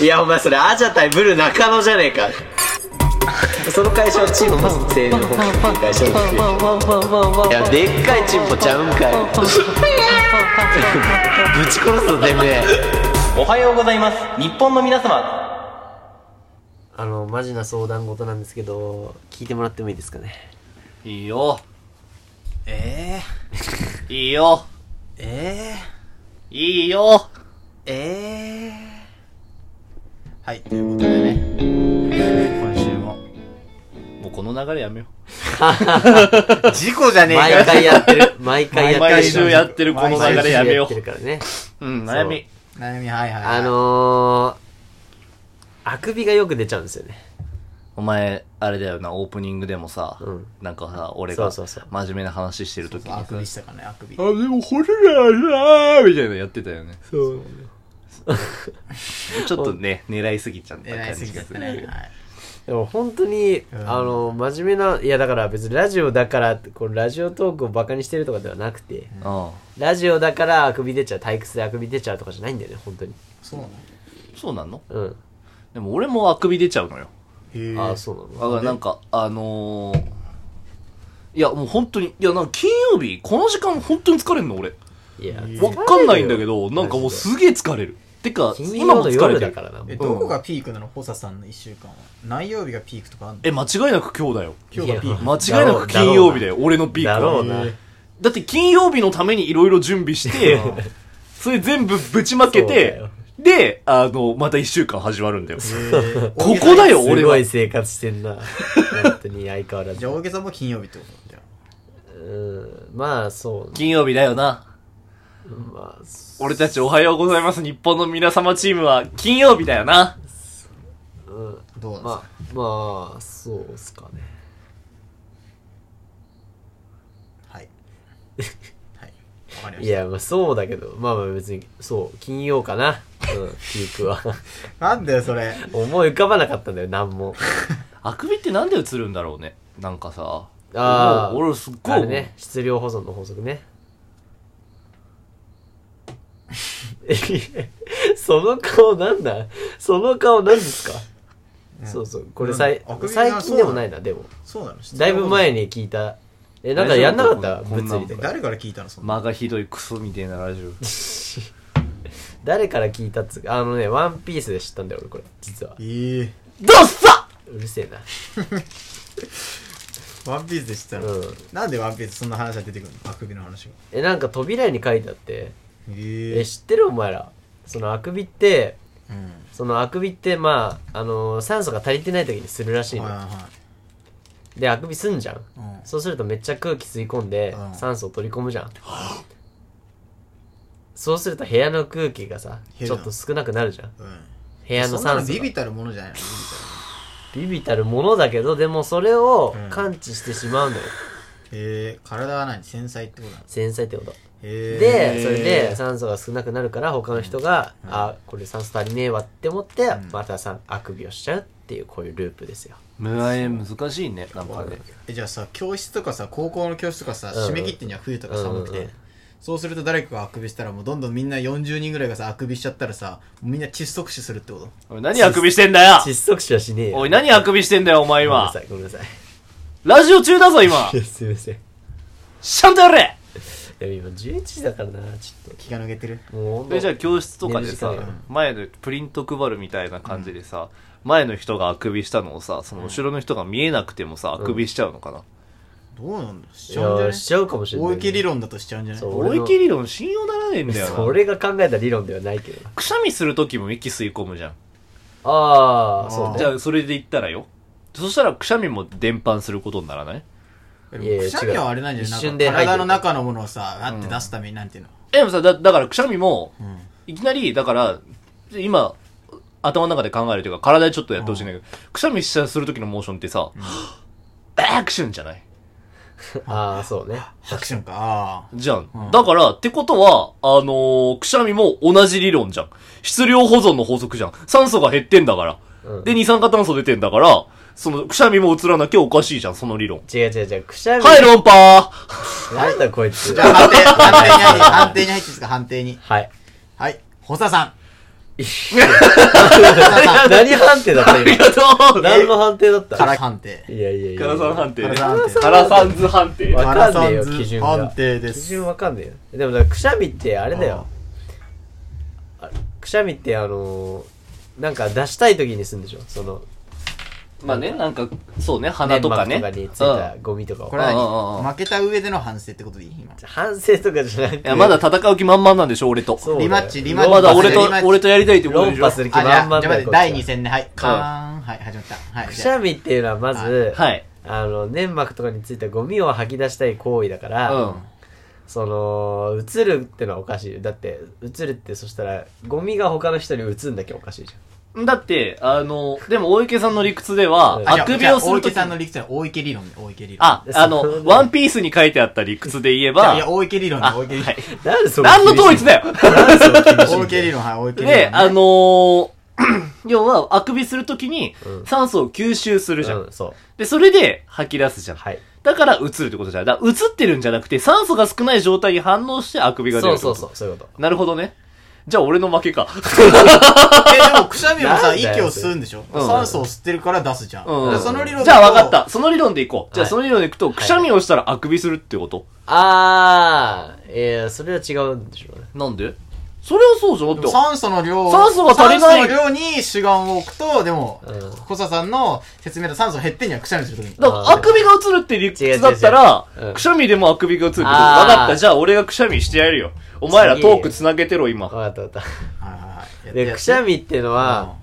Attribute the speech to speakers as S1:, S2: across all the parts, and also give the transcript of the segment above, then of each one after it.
S1: いやお前それアジャ対ブル中野じゃねえかその会社はチンポ製の保険っていう会社なんですよいやでっかいチンポちゃうんかいぶち殺すぞてめえ
S2: おはようございます日本の皆様
S1: あのマジな相談事なんですけど聞いてもらってもいいですかね
S2: いいよええいいよ
S1: え
S2: いいよ
S1: えええ
S2: はいということでね今週ももうこの流れやめよ
S3: 事故じゃねえか
S1: 毎
S3: よ
S1: 回やってる毎回やってる
S2: 毎週やってるこの
S1: 毎
S2: 流
S1: 週
S2: れやめ
S1: やっ
S2: よ
S1: てるからね
S2: ううん悩み
S3: 悩みはいはいはい
S1: あのー、あくびがよく出ちゃうんですよね
S2: お前あれだよなオープニングでもさ、
S1: うん
S2: なんかさ俺が
S1: そうそうそう
S2: 真面目な話してる時にさ
S3: あくびしたからねあくび
S2: あ、でもこれだよなみたいなのやってたよね。
S1: そう
S2: ちょっとね、狙いすぎちゃった
S3: 偉
S2: 感
S3: いすぎ
S2: じ
S3: で
S2: が
S3: す
S2: す
S3: ね
S2: る。
S3: はい
S1: でも本当に、
S3: ん
S1: あの真面目ないやだから別にラジオだからってこうラジオトークをバカにしてるとかではなくて、
S2: うん。
S1: ラジオだからあくび出ちゃう退屈であくび出ちゃうとかじゃないんだよね本当に
S3: そうなの
S2: そうなの
S1: うん、
S2: でも俺もあくび出ちゃうのよ。
S3: へえ
S1: ああそうなの
S2: だからなんか、あのー、いやもう本当に、いやなんか金曜日、この時間本当に疲れんの俺。
S1: いや
S2: わかんないんだけど、なんかもうすげえ疲れる。てか、
S1: 金
S2: 今
S1: 曜
S2: も
S1: の
S2: 疲
S1: 夜
S2: れて
S1: だ
S2: る
S1: か。らな
S3: えどこがピークなの補佐さんの1週間は何曜日がピークとかあんの
S2: え、間違いなく今日だよ。
S3: 今日がピーク
S2: 間違いなく金曜日だよ、俺のピークは。
S1: だろうな
S3: へえ
S2: だって金曜日のためにいろいろ準備して、それ全部ぶちまけ
S1: そうだ
S2: て
S1: よ、
S2: で、あの、また一週間始まるんだよ。
S3: へえ
S2: ここだよ、
S1: す
S2: 俺
S1: ご
S2: は。
S1: い
S2: い
S1: 生活してんな本当に相変わら
S3: じ
S1: ず
S3: ゃあ大げさも金曜日ってことじゃあ
S1: うんまあそう
S2: 金曜日だよな。
S1: まあ
S2: 俺たちおはようございます。日本の皆様チームは金曜日だよな。
S1: うん
S3: どうなんです
S1: ま
S3: か
S1: あまあそうっすかね
S3: はいはいわかりま
S1: い
S3: し
S1: やまあそうだけどまあまあ別にそう金曜かなうんピークは
S3: たなんだよそれ
S1: 思い浮かばなかったんだよ何も
S2: あくびってなんで映るんだろうね。なんかさ。
S1: あー
S2: 俺俺すっごい
S1: あれ
S2: 思う。
S1: ね質量保存の法則ね えその顔なんだその顔なんですか、そうそうこれさい
S3: なんだあくびが
S1: 最近でもないなでも
S3: そうなの
S1: だいぶ前に聞いたえなんかやんなかった
S2: 大丈夫こんな
S1: 物
S2: の
S1: 理とか
S3: 誰から聞いたのそんな
S2: 間がひどいクソみたいなラジオ。
S1: 誰から聞いたっつうかあのね「ワンピースで知ったんだよ俺これ実は
S3: ええ
S2: どっさ
S1: うるせえな
S3: ワンピースで知ったの
S1: うん
S3: なんでワンピースそんな話が出てくるのあくびの話が
S1: えなんか扉に書いてあって
S3: へ
S1: え知ってるお前らそのあくびって
S3: うん
S1: そのあくびってまああのー酸素が足りてない時にするらしい
S3: はい
S1: の
S3: は
S1: であくびすんじゃん
S3: いはいうん
S1: そうするとめっちゃ空気吸い込んで
S3: うん
S1: 酸素を取り込むじゃんそうすると部屋の空気がさ
S3: 減
S1: ち
S3: る
S1: ょ
S3: な
S1: っと少なくなるじゃん
S3: うん
S1: 部屋の
S3: そんな
S1: 酸
S3: の
S1: 素
S3: ビ
S1: が
S3: ビたるものじゃないのビビ
S1: ビビたるものだけどでもそれを
S3: うん
S1: 感知してしまうのよ
S3: たるへえ体は何繊細ってことなの
S1: 繊細ってこと
S3: へえ
S1: でそれで酸素が少なくなるから他の人が、あこれ酸素足りねえわって思って、
S3: ん
S1: またさあくびをしちゃうっていうこういうループですよ
S2: 難しいね、なんかね。
S3: えじゃあさ教室とかさ高校の教室とかさ
S1: うん
S3: 締め切ってんじゃん冬とか寒く
S1: うんうん
S3: て
S1: うん
S3: そうすると誰かがあくびしたらもうどんどんみんな40人ぐらいがさあくびしちゃったらさみんな窒息死するってこと
S2: おい、何あくびしてんだよ
S1: 窒息死はしねえよ
S2: おい、何あくびしてんだよ、お前
S1: ごめんな
S2: 今
S1: さ。いごめんなさい
S2: ラジオ中だぞ、今
S1: いやすいません
S2: ちゃんとやれ
S1: でも今11時だからなちょっ
S3: 気が抜けてる
S1: ともうほんと
S2: えじゃあ教室とかでさ
S1: 寝る時間
S2: 前のプリント配るみたいな感じでさ、前の人があくびしたのをさその後ろの人が見えなくてもさ、あくびしちゃうのかな
S3: どうなんだし
S1: い
S3: ちゃうんじゃ
S1: や
S3: ない
S1: しちゃうかもしれない
S3: 大池理論だとしちゃうんじゃない
S1: そう
S2: 思い切り理論信用ならねえんだよな
S1: それが考えた理論ではないけど
S2: くしゃみする時も息吸い込むじゃん
S1: ああそう
S3: あ
S1: ね
S2: じゃあそれで言ったらよそしたらくしゃみも伝播することにならない
S3: で
S1: いやい
S3: も
S1: や
S3: くしゃみはあれなんじゃ
S1: 違う
S3: ない
S1: 一瞬
S3: な
S1: で
S3: んか
S1: 入ってる
S3: 体の中のものをさあって出すためになんていうの
S2: でもさだだからくしゃみも
S3: うん
S2: いきなりだから今頭の中で考えるというか体でちょっとやってほしいんだけど、くしゃみしちゃする時のモーションってさ、アクションじゃない
S1: ああそうね
S3: 拍手かあ
S2: じゃん。
S3: うん
S2: だから、ってことは、あのーくしゃみも同じ理論じゃん。質量保存の法則じゃん。酸素が減ってんだから。
S1: うん
S2: で、二酸化炭素出てんだから、その、くしゃみも映らなきゃおかしいじゃん、その理論。
S1: 違う違う違うくしゃみ
S2: はい、論破
S1: なんだこいつ
S3: あじゃあ判定判定に入って判定に入っていいですか判定に
S1: はい
S3: はい補佐さん
S1: 何判定だった
S2: あり
S1: 今。
S2: がと う
S1: 何の判定だった
S3: から判定
S1: いやいやいや。
S2: カラさん判定ね。
S3: 唐沢判定
S2: カラさんズ判定。
S1: わかんねえよ
S3: 唐沢
S1: 基準が
S3: 判定で
S1: 基
S3: す
S1: 準わかんねえよ。でもだからくしゃみってあれだよ。あくしゃみってあのー、なんか出したい時にするんでしょその、
S2: まあね、なんか、そうね、鼻とかね。
S1: 粘膜とかについうた
S2: ん
S1: ゴミとかを
S3: こ。れは
S2: うんうんうん
S3: 何負けた上での反省ってことでいい今
S1: 反省とかじゃなく
S2: い
S1: て。
S2: や、まだ戦う気満々なんでしょ、俺と。
S1: そうだよ
S3: リマッチリマッチ
S2: まだ
S3: リマッ
S2: 俺
S3: チ
S2: と
S3: リマッ、チ
S2: 俺とやりたいってこと
S1: 論
S2: でしょ。
S1: 破する気
S3: あじゃあ
S1: 満々
S3: じゃあ
S1: だ
S3: 待っ
S1: よ
S3: て
S1: こっちは
S3: 第2戦ではいカーンはい始まったはい
S1: くしゃみっていうのはまず、
S2: はい。
S1: あの、粘膜とかについたゴミを吐き出したい行為だか
S2: う
S1: ら、
S2: ん。
S1: その、映るってのはおかしいよ。だって、映るってそしたら、ゴミが他の人に映んなきゃおかしいじ
S2: だって、あの、でも大池さんの理屈では
S1: う、ん
S3: あじゃ
S2: あ
S3: あ
S2: くびをす
S3: じゃあ大
S2: るとき
S3: 池さんの理屈は大池理論ね大池理論
S2: あ、あの
S1: そう、
S2: ワンピースに書いてあった理屈で言えば
S3: い、や大池理論ね
S2: あ、
S3: 大池理
S2: は
S3: 論
S2: い。
S1: ゃん。なんでそれ
S2: 何の統一だよ
S3: 大池理論はい大池理論
S2: で、
S3: ね
S2: あのー、 要は、あくびするときに
S1: うん
S2: 酸素を吸収するじゃ
S1: うんん、。そう。
S2: で、それで吐き出すじゃん。
S1: はい。
S2: だから映るってことじゃん。だから映ってるんじゃなくて、酸素が少ない状態に反応してあくびが出
S1: そ
S2: るっ
S1: う
S2: て
S1: そ
S2: こ
S1: う
S2: と
S1: そう、そういうこと。
S2: なるほどね。じゃあ俺の負けか。
S3: えでもくしゃみも
S1: なん
S3: さ
S1: だよ
S3: 息を吸うんでしょ
S2: うん
S3: 酸素を吸ってるから出すじゃん
S2: うん
S3: だからその理論だと
S2: じゃあ分かった。その理論でいこう。じゃあ
S1: はい
S2: その理論でいくと、くしゃみをしたらあくびするってこと
S1: あー、えやそれは違うんでしょうね。
S2: なんでそれはそうじゃん。だって
S3: 酸素の量
S2: 酸素が足りない
S3: 酸素の量に主眼を置くとでも
S1: うん
S3: 小佐さんの説明で酸素減ってんじゃんくしゃみするときに
S2: だから、あくびが映るって理屈だったら
S1: 違う違う違うう、ん
S2: くしゃみでもあくびが映るってこと。分
S1: あー
S2: かった。じゃあ俺がくしゃみしてやるよ。お前らトーク繋げてろ、今。
S1: わかったわかっ
S3: はいはいは
S1: た。
S3: い
S1: で、くしゃみっていうの
S3: は
S1: は、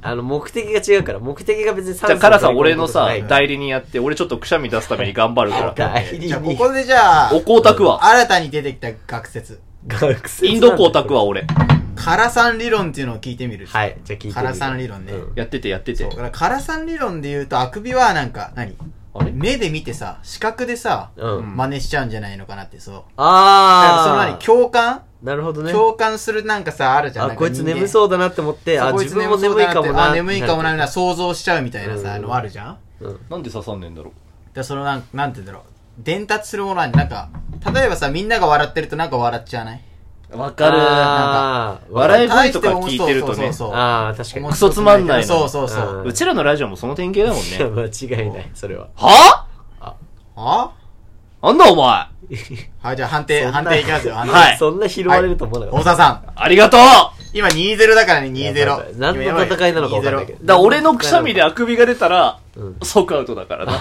S1: あの、目的が違うから、目的が別に酸
S2: じゃあ、
S1: 素
S2: カラさ
S1: を
S2: ん
S1: 取
S2: 俺
S1: り込む
S2: の
S1: ことじゃ
S2: さ
S1: ない、から
S2: 代理人やって、俺ちょっとくしゃみ出すために頑張るから。
S1: 代理
S3: じゃあこ
S1: 人。
S3: こでじゃあ
S2: おこうたくわ。
S3: 新たに出てきた学説
S1: 学生
S2: インド光沢は俺。
S3: 辛さん理論っていうのを聞いてみる
S1: はい、じゃあ聞いてみる
S3: カラさん理論ね
S1: うん
S2: やっててやってて
S3: そうだ。から辛さん理論で言うとあくびはなんか何
S1: あれ
S3: 目で見てさ視覚でさ
S1: うん
S3: 真似しちゃうんじゃないのかなってそうだからその
S1: あ
S3: 何
S1: ー。
S3: 共感
S1: なるほどね。
S3: 共感するなんかさあるじゃん
S1: あ、
S3: なんか
S1: こいつ眠
S3: う
S1: そうだなって思って、あ、
S3: こい
S1: 自
S3: つ
S1: 分も
S3: そう
S1: 眠い
S3: だな
S1: か
S3: って
S1: もな。
S3: あ眠いか
S1: み
S3: もなみ
S1: た
S3: たいな想像しちゃうみたいなさ
S1: うん
S3: のあるじゃん
S1: いな。うん
S2: なんで刺さんねえんだろう。
S3: でそのなんなんて言うんだろう伝達するものはなんか例えばさみんなが笑ってるとなんか笑っちゃわない
S2: わかる
S1: あー、
S2: 笑い声
S3: 大し
S2: と
S3: て
S2: か
S3: 面
S2: 聞い
S3: 白
S2: てるとね
S3: そう。そうそう
S1: あー、確かに
S3: 面
S2: ク
S3: 白
S2: ソつまんないの
S3: そうそうそううん
S2: うちらのラジオもその典型だも んね。
S1: いや。間違いない、それは。
S2: は
S3: あ
S2: ぁなんだお前
S3: はいじゃあ判定
S1: そんな
S3: 判定いきますよ判定
S2: はい
S1: そんな拾われると思わなか
S3: 大
S1: っ
S3: 沢さん
S2: ありがとう
S3: 今2-0だからね2-0
S1: 何の戦いなのか分かんないけど
S3: 2-0
S2: だから俺のくしゃみであくびが出たら
S1: うん、。
S2: 即アウトだからな。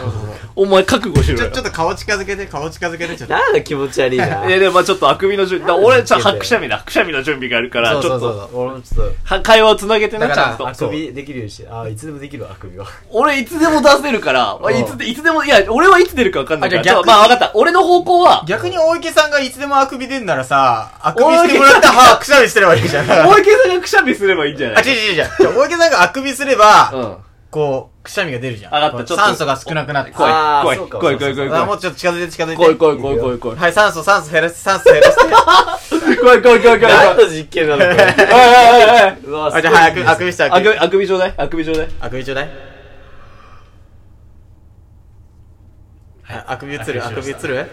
S2: お前覚悟しろ
S3: ち
S2: よ
S3: ょ。ちょっと顔近づけて顔近づけてちょったと
S1: なんだ気持ち悪いな。
S2: いやでもまあちょっとあくびの準備、だから俺ちょっ
S1: なん
S2: と
S1: で
S2: くしゃみだ、くしゃみの準備があるから、ちょっ
S3: そうそう
S2: と、
S3: そう
S1: 俺もちょっ
S2: は会話をつなげてな、
S3: だ
S2: ち
S3: から
S2: ゃん
S1: と、
S2: と
S1: あ。くびできるようにして。あー、いつでもできるわ、あくびは。
S2: 俺いつでも出せるから、まあ、
S1: うん
S2: いつで、いつでも、いや、俺はいつ出るかわかんないから、
S3: あ
S2: じ
S3: じゃあ
S2: ゃあ
S3: 逆に
S2: まあわかった。俺の方向は、
S3: 逆に大池さんがいつでもあくび出んならさ、あくびしてもらった歯くしゃみすればいいじゃん。あ、
S2: 大池さんがくしゃみすればいいんじゃない
S3: 違う違う違う。大池さんがあくびすれ
S2: う
S3: ば、
S2: ん。
S3: こう、くしゃみが出るじゃん。
S2: わかったちょっと
S3: 酸素が少なくなって。
S2: 来い
S1: あー、
S2: 来い
S1: そうか
S2: 来い来い来い
S3: あもうちょっと近づいて近づいて。
S2: 来い来い来い来い来い。
S3: はい、酸素、酸素減らして、酸素減らして。
S2: 怖い怖い怖い怖い怖い。
S1: 何の実験なのこれ。
S2: おいおいおいおい。
S1: うわ
S3: あ、じゃあ、はい、あくあくびして、あ
S2: あ
S3: くび
S2: く。び、あくびちょうだい。あくびちょうだい。
S3: あくびちょうだい。はい、あくび映る、あくび映る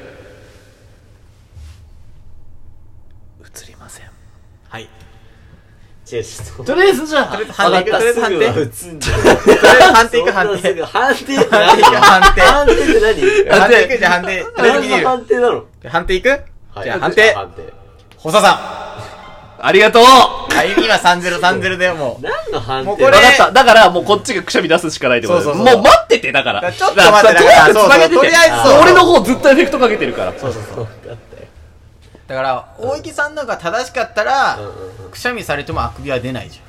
S2: 映りません。
S3: はい。
S1: 違う、ちょっと。
S2: とりあえずじゃあ、分か
S3: 判
S2: っ
S3: 定
S2: た
S3: とりあえず判定。
S1: 打つんじゃん。
S3: とりあえず判定いく、判
S1: そんな
S3: 定。
S1: すぐ判定って
S3: 判
S1: 何
S3: 定いく、 判定。
S1: 判定って何
S3: 判定いく、じゃあ判定。とりあえず
S1: 何
S3: 見
S1: の
S3: れる
S1: 判定なの
S3: 判定いくじゃあ判
S1: はい
S3: 定。
S1: 判定。
S3: 補佐さ
S2: ありがとうわ
S3: ん。はい、今3-0、3-0でもう。
S1: 何の判定
S3: もうこれ
S2: かった。だから、もうこっちがくしゃみ出すしかないってことだよ
S3: そうそうそう
S2: もう待ってて、だから。
S3: だからちょっと待っ
S2: だから
S3: てだか
S2: と
S3: ら
S2: りあえず繋げてて
S3: そうそうとりあえずそう
S2: 俺の方ずっとエフェクトかけてるから。
S1: そうそうそう。だったよ。
S3: だから、大池さんのが正しかったら
S1: うんうんうん、
S3: くしゃみされてもあくびは出ないじゃ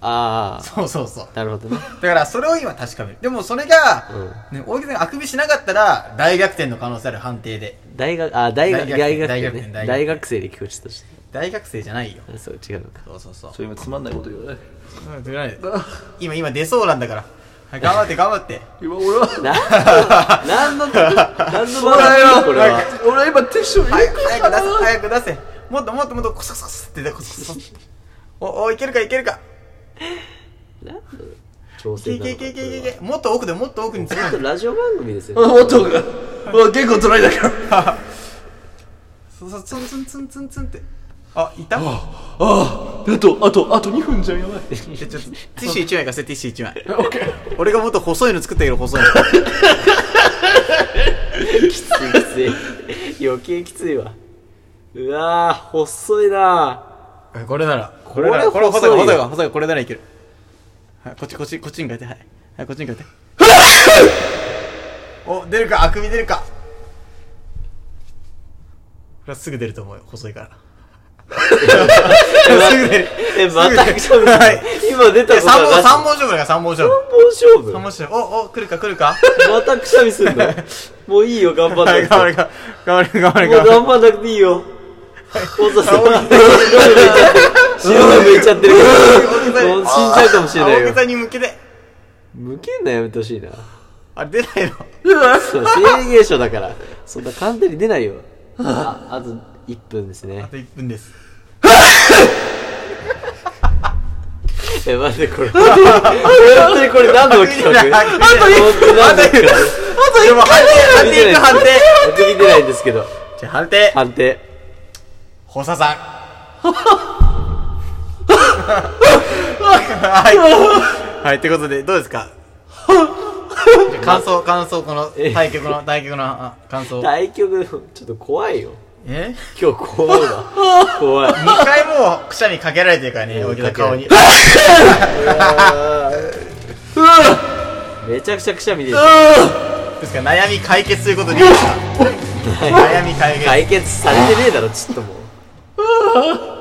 S1: あ
S3: ん。そうそうそう。
S1: あ、なるほどね。
S3: だから、それを今確かめる。でも、それが
S1: うん、
S3: ね大池さんがあくびしなかったら、大逆転の可能性ある判定で。
S1: 大学、あ、大学、
S3: 大
S1: 大
S3: 学
S1: 学
S3: 大
S1: 生
S3: 学
S1: ね。
S3: 大学
S1: 大学生で聞こえてたし。
S3: 大学生じゃないよ。
S1: あそう、違うのか。
S3: そうそうそう。
S2: そう、今つまんないこと言わない。
S3: うん出ない今、今出そうなんだから。はい頑張って、頑張って。
S2: 今、俺は、
S1: 何の、何の
S2: 俺
S1: だこれは。
S2: は、俺は今ティッシュを入
S3: 早
S2: れ
S3: く
S2: て
S3: 早く出せ早く出せもっともっともっとコソコソコソって出てコソコソコソおおいけるかいけるか
S1: 調
S3: いけ
S1: 整
S3: い
S1: なのか
S3: けいけいけい
S1: これ
S3: けもっと奥でもっと奥につ
S1: はちょ
S3: なぐ
S1: っとラジオ番組ですよね。
S2: もっとが、もう結構辛いだけど。
S3: そうそうツンツンツンツンツンってあいた
S2: ああと、あと、あと2分じゃん、やばい。
S3: えちょっとティッシュ1枚貸せティッシュ1枚俺がもっと細いの作ったけど細いの
S1: きつい余計きついわうわー細いな
S3: えこれならこ
S1: れなら
S3: これ細い
S1: これ細いよ
S3: 細いわ細いわこれならいけるはいこっちこっちこっちに変えてはい、はい、こっちに変えて お出るかあくび出るかこれはすぐ出ると思うよ細い からすぐ出る
S1: えまたくしゃみ
S3: はい
S1: 今出た
S3: え
S1: こと
S3: 三本
S1: はなし
S3: 三本勝負だから三本勝負
S1: 三本
S3: 三本
S1: 勝
S3: 勝負おお来るか来るか
S1: 負またくしゃみすんのもういいよ頑張んな
S3: は
S1: く
S3: い
S1: て
S3: 頑張れ頑張れ頑張れ
S1: も
S3: 頑張
S1: う頑
S3: れ
S1: 張んなくていいよおざさん白目向いちゃってる白目向いちゃってるからもう死んじゃうかもしれない
S3: 青
S1: よ
S3: 木さんに向けて
S1: 向けんのやめてほしいな
S3: あれ出ない の
S1: そう制限書だからそんな簡単に出ないよああと1分ですね
S3: あと1分 です
S1: え、待って、こ れ。本当にこれ何の企画
S3: あと
S1: 本当に何の企画
S3: でも判定判定いく判定
S1: 本当に出ないんですけど。
S3: じゃあ判定
S1: 判定。
S3: 補佐さんはいはいということでどうですかじゃあ感想感想この
S1: え
S3: 対局の対局のあ感想
S1: 対局、ちょっと怖いよ。
S3: え
S1: 今日怖いわ。怖い。
S3: 二回もうくしゃみかけられてるからね大木の顔に
S1: めちゃくちゃくしゃみで
S3: ですから悩み解決ということでいいですか悩み解決
S1: 解決されてねえだろ、ちょっともう。